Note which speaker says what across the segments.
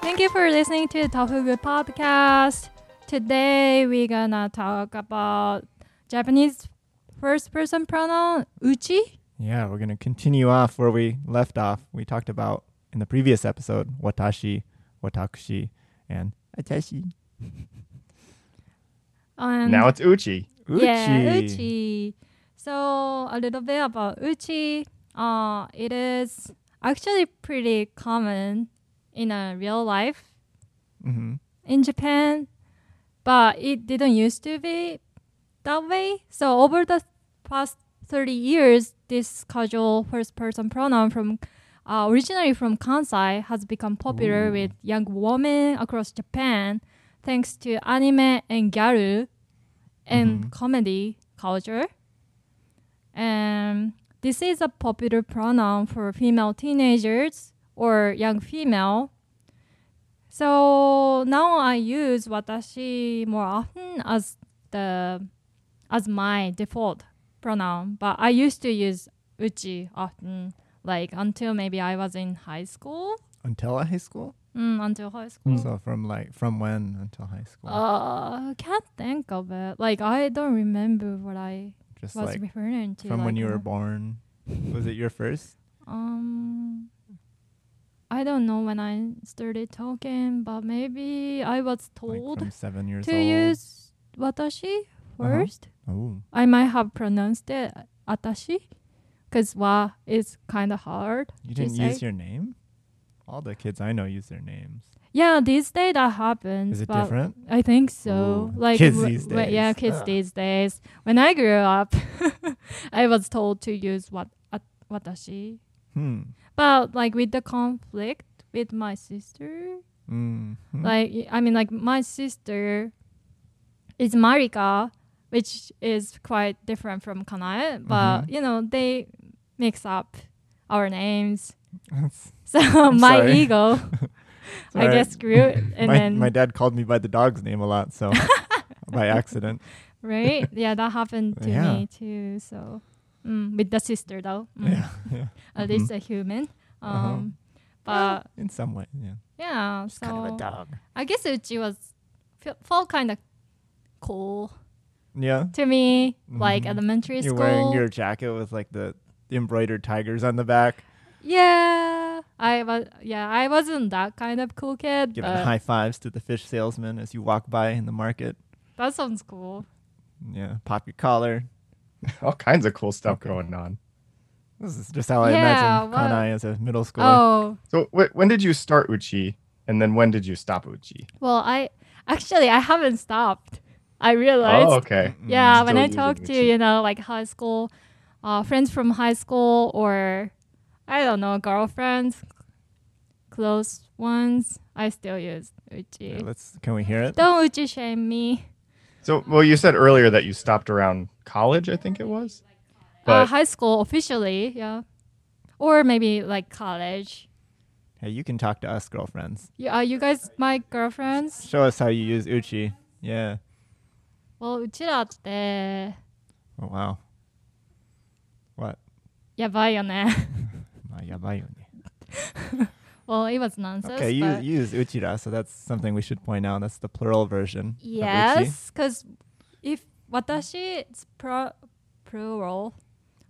Speaker 1: Thank you for listening to the Tofugu podcast. Today we're gonna talk about Japanese first person pronoun uchi.
Speaker 2: Yeah, we're going to continue off where we left off. We talked about in the previous episode watashi, watakushi, and atashi.
Speaker 1: And
Speaker 3: Now it's Uchi.
Speaker 2: Uchi.
Speaker 1: Yeah, uchi. So a little bit about uchi. Uh, it is actually pretty common in a real life
Speaker 2: Mm-hmm.
Speaker 1: in Japan, but it didn't used to be that way. So over the past 30 years, this casual first-person pronoun from uh, originally from Kansai has become popular
Speaker 2: Ooh.
Speaker 1: with young women across Japan thanks to anime and gyaru and
Speaker 2: Mhm.
Speaker 1: comedy culture. And this is a popular pronoun for female teenagers or young female. So now I use watashi more often as the as my default pronoun, but I used to use uchi often, like until maybe I was in high school.
Speaker 2: Until high school?
Speaker 1: Mm, until high school.
Speaker 2: So from like from when until high school?
Speaker 1: Uh, can't think of it. Like I don't remember what I
Speaker 2: Just
Speaker 1: was
Speaker 2: like
Speaker 1: referring to. like,
Speaker 2: from
Speaker 1: uh, uh-huh.
Speaker 2: when you were
Speaker 1: know.
Speaker 2: born. Was it your first?
Speaker 1: Um, I don't know when I started talking, but maybe I was
Speaker 2: Like
Speaker 1: told
Speaker 2: from seven years
Speaker 1: to
Speaker 2: old.
Speaker 1: use watashi
Speaker 2: Uh-huh.
Speaker 1: 1st
Speaker 2: Oh,
Speaker 1: I might have pronounced it atashi, because wa is kind of hard.
Speaker 2: you
Speaker 1: to
Speaker 2: didn't
Speaker 1: say.
Speaker 2: use your name. All the kids I know use their names.
Speaker 1: Yeah, these days that happens.
Speaker 2: Is it
Speaker 1: but
Speaker 2: different?
Speaker 1: I think so.
Speaker 2: Ooh,
Speaker 1: Like
Speaker 2: kids these
Speaker 1: yeah,
Speaker 2: days.
Speaker 1: kids
Speaker 2: Ah.
Speaker 1: these days. When I grew up, I was told to use what at, watashi.
Speaker 2: Hmm.
Speaker 1: But like with the conflict with my sister,
Speaker 2: hmm
Speaker 1: like I mean, like my sister is Marika, which is quite different from Kanae. But
Speaker 2: Mhm.
Speaker 1: you know, they mix up our names.
Speaker 2: That's-
Speaker 1: So my
Speaker 2: sorry.
Speaker 1: ego, I
Speaker 2: Sorry.
Speaker 1: guess, grew, and
Speaker 2: my,
Speaker 1: then
Speaker 2: my dad called me by the dog's name a lot, so by accident.
Speaker 1: right? Yeah, that happened to
Speaker 2: Yeah.
Speaker 1: me too. So, mm, with the sister though, mm,
Speaker 2: Yeah, yeah.
Speaker 1: at least a human.
Speaker 2: Uh-huh.
Speaker 1: Um,
Speaker 2: Well,
Speaker 1: but
Speaker 2: in some way, yeah.
Speaker 1: yeah, so
Speaker 2: dog.
Speaker 1: I guess Uchi was fe- felt kind of cool
Speaker 2: Yeah.
Speaker 1: to me,
Speaker 3: Mm-hmm.
Speaker 1: like
Speaker 2: Mhm.
Speaker 1: elementary
Speaker 2: You're
Speaker 1: school.
Speaker 2: wearing your jacket with like the embroidered tigers on the back.
Speaker 1: yeah, I was. Yeah, I wasn't that kind of cool kid,
Speaker 2: Giving
Speaker 1: but
Speaker 2: high fives to the fish salesman as you walk by in the market.
Speaker 1: that sounds cool.
Speaker 2: Yeah. Pop your collar.
Speaker 3: All kinds of cool stuff
Speaker 2: Okay.
Speaker 3: going on.
Speaker 2: This is just how I
Speaker 1: Yeah,
Speaker 2: imagine
Speaker 1: well-
Speaker 2: Kanai as a middle schooler.
Speaker 1: Oh,
Speaker 3: So wh- when did you start Uchi, and then when did you stop Uchi?
Speaker 1: well, I actually I haven't stopped. I realized.
Speaker 3: Oh, okay.
Speaker 1: Yeah,
Speaker 3: Still
Speaker 1: when I
Speaker 3: using
Speaker 1: talk
Speaker 3: the
Speaker 1: to
Speaker 3: cheat.
Speaker 1: you know like high school, uh, friends from high school or I don't know girlfriends, close ones, I still use uchi.
Speaker 2: Yeah, let's can we hear it?
Speaker 1: Don't uchi shame me.
Speaker 3: So well, you said earlier that you stopped around college. I think it was.
Speaker 1: uh,
Speaker 3: But
Speaker 1: high school officially, yeah, or maybe like college.
Speaker 2: Hey, you can talk to us girlfriends.
Speaker 1: You, are you guys my girlfriends?
Speaker 2: Show us how you use Uchi. Yeah.
Speaker 1: Well, うちらって
Speaker 2: Oh wow. What? Oh,
Speaker 1: やばいよね。
Speaker 2: Ma yabai ne.
Speaker 1: well, it was nonsense.
Speaker 2: Okay, you,
Speaker 1: but
Speaker 2: you use uchira, so that's something we should point out. That's the plural version. of uchi.
Speaker 1: Yes, because if watashi it's pro- plural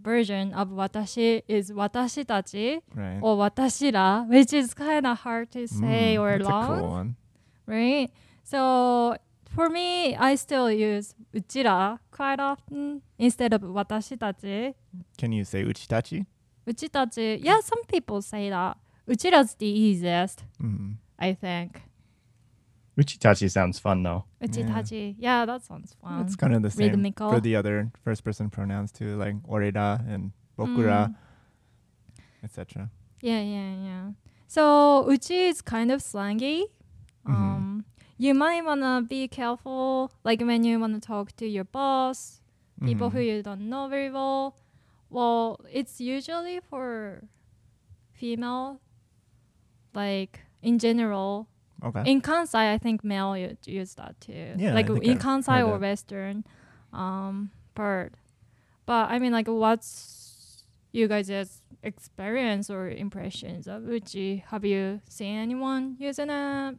Speaker 1: version of watashi is watashi tachi
Speaker 2: Right.
Speaker 1: or watashi ra, which is kind of hard to say
Speaker 2: Mm,
Speaker 1: or
Speaker 2: that's
Speaker 1: long,
Speaker 2: a cool one.
Speaker 1: right? So for me, I still use uchira quite often instead of watashi tachi.
Speaker 2: Can you say uchitachi?
Speaker 1: Uchi tachi, yeah, some people say that. Uchira's the easiest,
Speaker 2: Mm.
Speaker 1: I think.
Speaker 3: Uchitachi sounds fun though.
Speaker 1: Uchi
Speaker 2: Yeah.
Speaker 1: tachi, yeah, that sounds fun.
Speaker 2: it's kind of the same
Speaker 1: Um, rhythmical.
Speaker 2: for the other first-person pronouns too, like oreda and bokura,
Speaker 1: Mm.
Speaker 2: etc.
Speaker 1: Yeah, yeah, yeah. So uchi is kind of slangy.
Speaker 2: Mhm.
Speaker 1: Um, you might wanna be careful, like when you wanna talk to your boss, people
Speaker 2: Mhm.
Speaker 1: who you don't know very well. Well, it's usually for female, like in general.
Speaker 2: Okay.
Speaker 1: In Kansai, I think male you use that too.
Speaker 2: Yeah, I
Speaker 1: like
Speaker 2: think
Speaker 1: in
Speaker 2: I've
Speaker 1: Kansai
Speaker 2: heard
Speaker 1: or
Speaker 2: that.
Speaker 1: Western, um, part. But I mean, like, what's you guys' experience or impressions of Uchi. Have you seen anyone using it?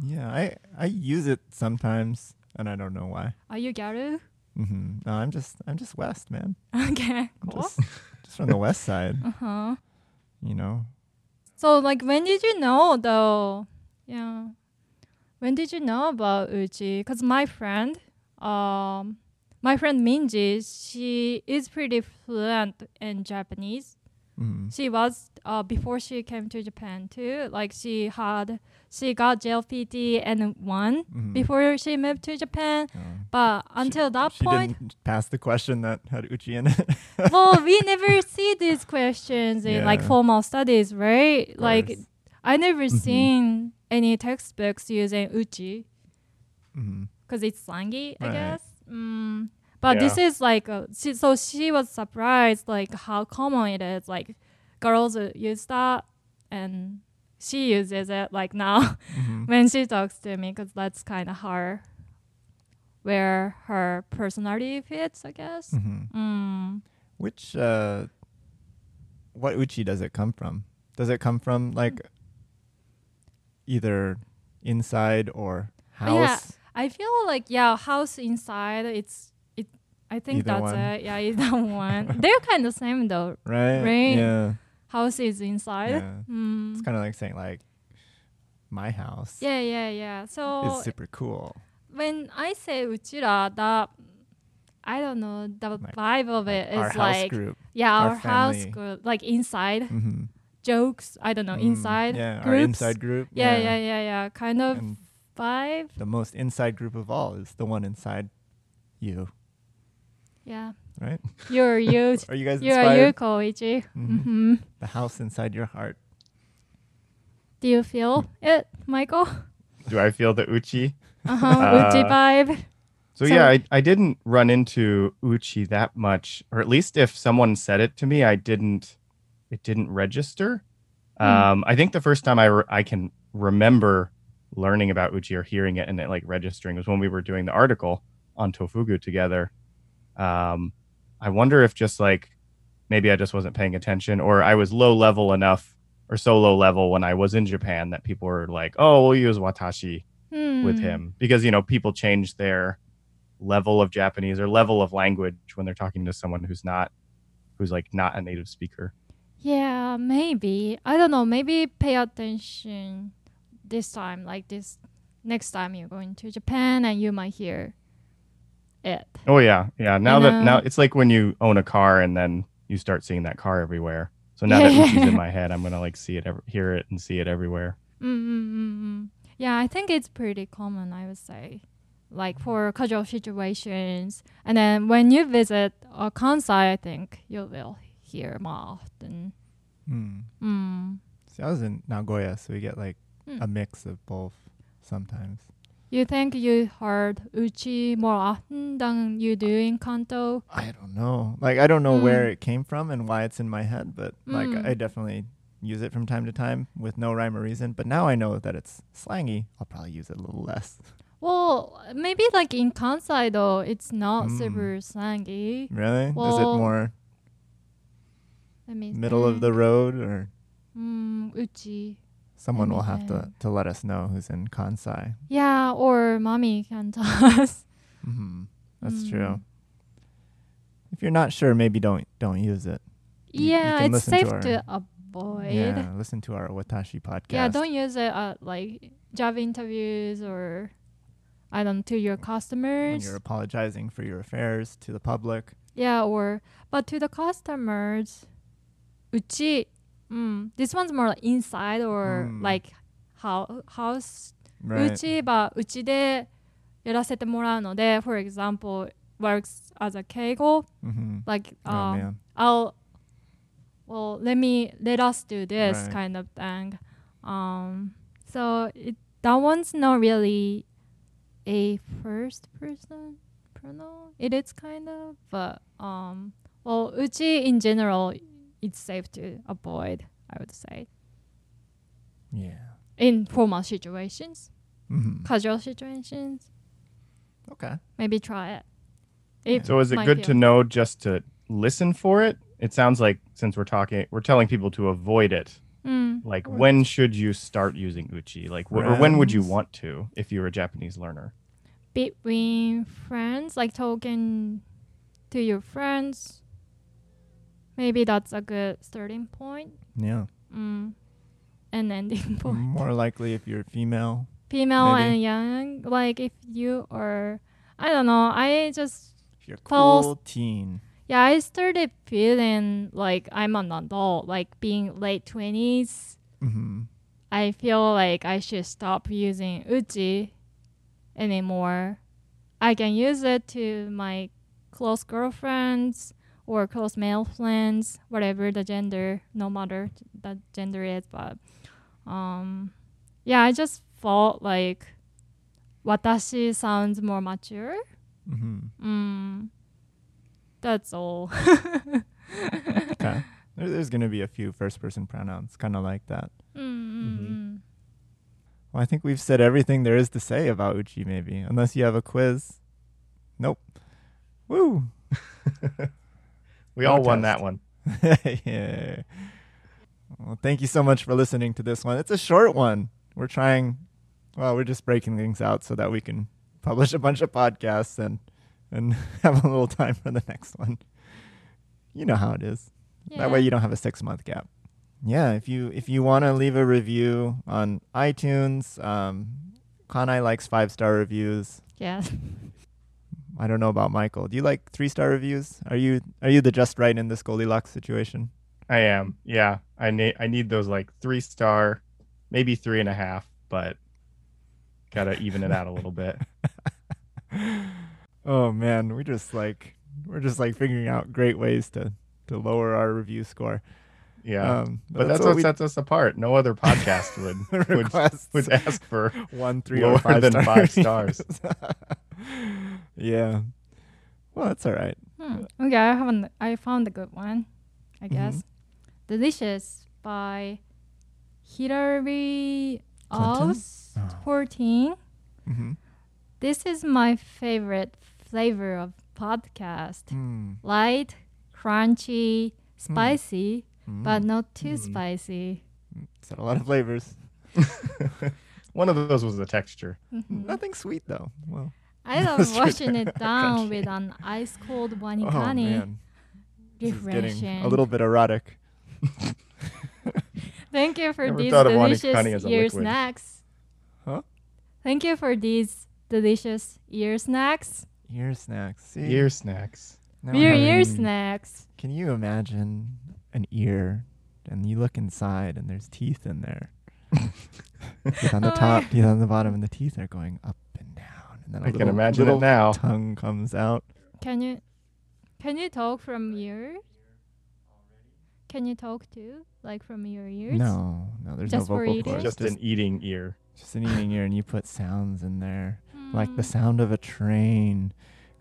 Speaker 2: Yeah, I I use it sometimes, and I don't know why.
Speaker 1: Are you Garu?
Speaker 2: hmm No, I'm just I'm just West man.
Speaker 1: okay,
Speaker 2: I'm
Speaker 1: cool.
Speaker 2: just, just from the West Side,
Speaker 1: Uh huh.
Speaker 2: you know.
Speaker 1: So like, when did you know though? Yeah, when did you know about Uchi? Cause my friend, um, my friend Minji, she is pretty fluent in Japanese.
Speaker 2: hmm
Speaker 1: She was uh, before she came to Japan too. Like she had she got JLPT and won
Speaker 2: Mhm.
Speaker 1: before she moved to Japan.
Speaker 2: Um,
Speaker 1: But until that
Speaker 2: she
Speaker 1: point,
Speaker 2: didn't pass the question that had Uchi in it.
Speaker 1: well, we never see these questions in like
Speaker 2: Yeah.
Speaker 1: formal studies, right?
Speaker 2: Of
Speaker 1: Like
Speaker 2: course.
Speaker 1: I never
Speaker 2: Mhm.
Speaker 1: seen any textbooks using uchi
Speaker 2: hmm
Speaker 1: because it's slangy, I
Speaker 2: Right.
Speaker 1: guess. Mm. But this
Speaker 3: Yeah.
Speaker 1: is like a, she, so she was surprised like how common it is. Like girls uh, use that, and she uses it like now
Speaker 2: hmm
Speaker 1: when she talks to me because that's kind of her where her personality fits, I guess.
Speaker 2: hmm
Speaker 1: Mm.
Speaker 2: Which uh, what Uchi does it come from? Does it come from like either inside or
Speaker 1: Oh, yeah.
Speaker 2: house?
Speaker 1: I feel like yeah, house inside. It's it. I think
Speaker 2: Either
Speaker 1: that's
Speaker 2: one.
Speaker 1: it. Yeah, either one. They're kind of same though.
Speaker 2: Right.
Speaker 1: Right.
Speaker 2: Yeah.
Speaker 1: House is inside. Yeah,
Speaker 2: yeah.
Speaker 1: mm.
Speaker 2: It's kind of like saying like my house
Speaker 1: yeah, yeah, yeah. So
Speaker 2: is super cool.
Speaker 1: when I say uchira, that I don't know the
Speaker 2: Like-
Speaker 1: vibe of
Speaker 2: like
Speaker 1: it is
Speaker 2: our house
Speaker 1: like
Speaker 2: group.
Speaker 1: yeah,
Speaker 2: our
Speaker 1: our, house
Speaker 2: family.
Speaker 1: group, like inside
Speaker 2: Mm-hmm.
Speaker 1: jokes. I don't know inside
Speaker 2: Yeah. Our
Speaker 1: groups.
Speaker 2: inside group.
Speaker 1: yeah, yeah, yeah, yeah, Kind of
Speaker 2: And
Speaker 1: vibe.
Speaker 2: the most inside group of all is the one inside you,
Speaker 1: Yeah,
Speaker 2: right?
Speaker 1: you're you.
Speaker 2: Are you guys
Speaker 1: You're
Speaker 2: inspired?
Speaker 1: you, Koichi.
Speaker 2: Mhm.
Speaker 1: hmm
Speaker 2: The house inside your heart.
Speaker 1: Do you feel it, Michael?
Speaker 3: Do I feel the uchi?
Speaker 1: Uh-huh, Uchi
Speaker 3: Uh,
Speaker 1: vibe.
Speaker 3: So,
Speaker 1: So-
Speaker 3: yeah, I, I didn't run into uchi that much, or at least if someone said it to me, I didn't. It didn't register.
Speaker 1: Hmm.
Speaker 3: Um, I think the first time I re- I can remember learning about uchi or hearing it and it like registering was when we were doing the article on Tofugu together. Um, I wonder if just like maybe I just wasn't paying attention, or I was low level enough or so low level when I was in Japan that people were like, "Oh, we'll use watashi." with
Speaker 1: Hmm.
Speaker 3: him because you know people change their level of Japanese or level of language when they're talking to someone who's not who's like not a native speaker.
Speaker 1: Yeah, maybe. I don't know. Maybe pay attention this time, like this next time you're going to Japan and you might hear it.
Speaker 3: Oh yeah, yeah. Now
Speaker 1: I
Speaker 3: that now
Speaker 1: know.
Speaker 3: it's like when you own a car and then you start seeing that car everywhere. So now that Uchi's in my head, I'm gonna like see it, ev- hear it, and see it everywhere.
Speaker 1: Mm, Mm-mm-mm-mm. Yeah, I think it's pretty common, I would say, like for casual situations. And then when you visit uh, Kansai, I think you will hear more often.
Speaker 2: Hmm.
Speaker 1: Mm.
Speaker 2: See, I was in Nagoya, so we get like
Speaker 1: Hmm.
Speaker 2: a mix of both sometimes.
Speaker 1: You think you heard Uchi more often than you do in Kanto?
Speaker 2: I don't know. Like, I don't know where
Speaker 1: Mm.
Speaker 2: it came from and why it's in my head, but like,
Speaker 1: Mm.
Speaker 2: I definitely use it from time to time with no rhyme or reason. But now I know that it's slangy. I'll probably use it a little less.
Speaker 1: Well, maybe like in Kansai though, it's not
Speaker 2: Mm.
Speaker 1: super slangy.
Speaker 2: Really? Is
Speaker 1: Well,
Speaker 2: it more
Speaker 1: Let me
Speaker 2: middle of the
Speaker 1: think.
Speaker 2: road, or
Speaker 1: mm, uchi.
Speaker 2: someone
Speaker 1: me
Speaker 2: will have to,
Speaker 1: think.
Speaker 2: to let us know who's in Kansai?
Speaker 1: Yeah, or mommy can tell us.
Speaker 2: hmm That's
Speaker 1: Mm.
Speaker 2: true. If you're not sure, maybe don't don't use it. You- you
Speaker 1: yeah,
Speaker 2: can
Speaker 1: it's
Speaker 2: listen to
Speaker 1: safe
Speaker 2: our-
Speaker 1: to avoid.
Speaker 2: Yeah, listen to our Watashi podcast.
Speaker 1: Yeah, don't use it at like job interviews or I don't know, to your
Speaker 2: when
Speaker 1: customers.
Speaker 2: you're apologizing for your affairs to the public.
Speaker 1: Yeah, or but to the customers, uchi. Mm, this one's more like inside or
Speaker 2: Mm.
Speaker 1: like how house
Speaker 2: Right.
Speaker 1: うちはうちでやらせてもらうので for example works as a 敬語
Speaker 2: Mm-hmm.
Speaker 1: like、
Speaker 2: Oh
Speaker 1: um,
Speaker 2: man.
Speaker 1: I'll well let me let us do this
Speaker 2: Right.
Speaker 1: kind of thing um so it, that one's not really a first person pronoun it is kind of but um well うち in general it's safe to avoid I would say
Speaker 2: Yeah.
Speaker 1: in formal situations
Speaker 2: hmm
Speaker 1: casual situations
Speaker 2: Okay.
Speaker 1: maybe try it. It
Speaker 3: So is it
Speaker 1: might
Speaker 3: good
Speaker 1: feel-
Speaker 3: to know just to listen for it, it sounds like since we're talking, we're telling people to avoid it.
Speaker 1: Mm.
Speaker 3: Like,
Speaker 2: Right.
Speaker 3: when should you start using uchi? Like, wh- or when would you
Speaker 2: Friends.
Speaker 3: want to if you were a Japanese learner?
Speaker 1: Between friends, like talking to your friends, maybe that's a good starting point
Speaker 2: Yeah.
Speaker 1: mm. and ending point.
Speaker 2: More likely if you're female.
Speaker 1: Female
Speaker 2: Mm-hmm. Maybe.
Speaker 1: and young, like if you are, I don't know, I just
Speaker 2: If you're
Speaker 1: False.
Speaker 2: cool teen.
Speaker 1: Yeah, I started feeling like I'm an adult, like being late 20s.
Speaker 2: hmm
Speaker 1: I feel like I should stop using uji anymore. I can use it to my close girlfriends or close male friends, whatever the gender, no matter the gender is. But um, yeah, I just felt like watashi sounds more mature.
Speaker 2: hmm
Speaker 1: Mm, that's all.
Speaker 2: Okay. there, there's going to be a few first person pronouns kind of like that. Mm-hmm.
Speaker 1: Mm,
Speaker 2: Well, I think we've said everything there is to say about Uchi, maybe, unless you have a quiz. Nope. Woo!
Speaker 3: We all won
Speaker 2: Protest.
Speaker 3: that one.
Speaker 2: yeah. Well, thank you so much for listening to this one. It's a short one. We're trying, well, we're just breaking things out so that we can publish a bunch of podcasts and and have a little time for the next one. You know how it is.
Speaker 1: yeah.
Speaker 2: That way you don't have a six month gap. Yeah, if you if you want to leave a review on iTunes, um, Kanai likes five star reviews.
Speaker 1: yeah.
Speaker 2: I don't know about Michael. Do you like three star reviews? Are you are you the just right in this Goldilocks situation?
Speaker 3: I am. Yeah. I need I need those like three star, maybe three and a half, but gotta even it out a little bit.
Speaker 2: Oh man, we just like we're just like figuring out great ways to to lower our review score.
Speaker 3: Yeah.
Speaker 2: Um,
Speaker 3: but that's, what, sets us apart. No other podcast
Speaker 2: we
Speaker 3: would would,
Speaker 2: request
Speaker 3: would ask for
Speaker 2: one, three,
Speaker 3: lower
Speaker 2: or five
Speaker 3: than
Speaker 2: star
Speaker 3: five stars.
Speaker 2: reviews. yeah. Well, that's all right.
Speaker 1: Hmm. Okay, I haven't. I found a good one. I
Speaker 2: Mm-hmm.
Speaker 1: guess "Delicious" by Hilary
Speaker 2: Clinton?
Speaker 1: Aus fourteen.
Speaker 2: Mm-hmm.
Speaker 1: This is my favorite flavor of podcast:
Speaker 2: Mm.
Speaker 1: light, crunchy, spicy,
Speaker 2: Mm.
Speaker 1: but not too spicy.
Speaker 2: It's had a lot of flavors.
Speaker 3: One of those was the texture.
Speaker 1: Mm-hmm.
Speaker 2: Nothing sweet though. Well,
Speaker 1: I
Speaker 2: That's
Speaker 1: love
Speaker 2: true.
Speaker 1: washing it down
Speaker 2: Crunchy.
Speaker 1: with an ice cold
Speaker 2: oh
Speaker 1: wanikani.
Speaker 2: man, this is
Speaker 1: refreshing.
Speaker 2: getting a little bit erotic.
Speaker 1: Thank you for
Speaker 3: Never
Speaker 1: these
Speaker 3: thought of wanting
Speaker 1: delicious
Speaker 3: honey as a
Speaker 1: ear
Speaker 3: liquid.
Speaker 1: snacks.
Speaker 2: Huh?
Speaker 1: Thank you for these delicious ear snacks.
Speaker 2: Ear snacks. See,
Speaker 3: Ear snacks.
Speaker 2: Now
Speaker 1: We're ear
Speaker 2: having-
Speaker 1: snacks.
Speaker 2: Can you imagine an ear and you look inside and there's teeth in there? teeth on the
Speaker 1: Oh,
Speaker 2: top, teeth on the bottom, and the teeth are going up and down. And then a
Speaker 3: I
Speaker 2: little,
Speaker 3: can imagine
Speaker 2: little
Speaker 3: it now.
Speaker 2: tongue comes out.
Speaker 1: Can you can you talk from your Can you talk too? Like from your ears?
Speaker 2: No, no, there's
Speaker 1: Just
Speaker 2: no
Speaker 1: for
Speaker 2: vocal
Speaker 1: eating?
Speaker 2: cords.
Speaker 3: Just,
Speaker 2: Just,
Speaker 3: an eating ear.
Speaker 2: just an eating ear, and you put sounds in there, like the
Speaker 1: Hmm.
Speaker 2: sound of a train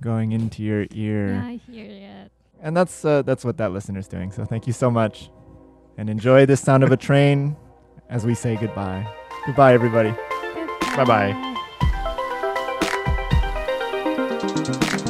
Speaker 2: going into your ear.
Speaker 1: Yeah, I hear it.
Speaker 2: And that's uh, that's what that listener's doing. So thank you so much, and enjoy the sound of a train as we say goodbye. Goodbye, everybody.
Speaker 3: Bye-bye.
Speaker 1: Goodbye.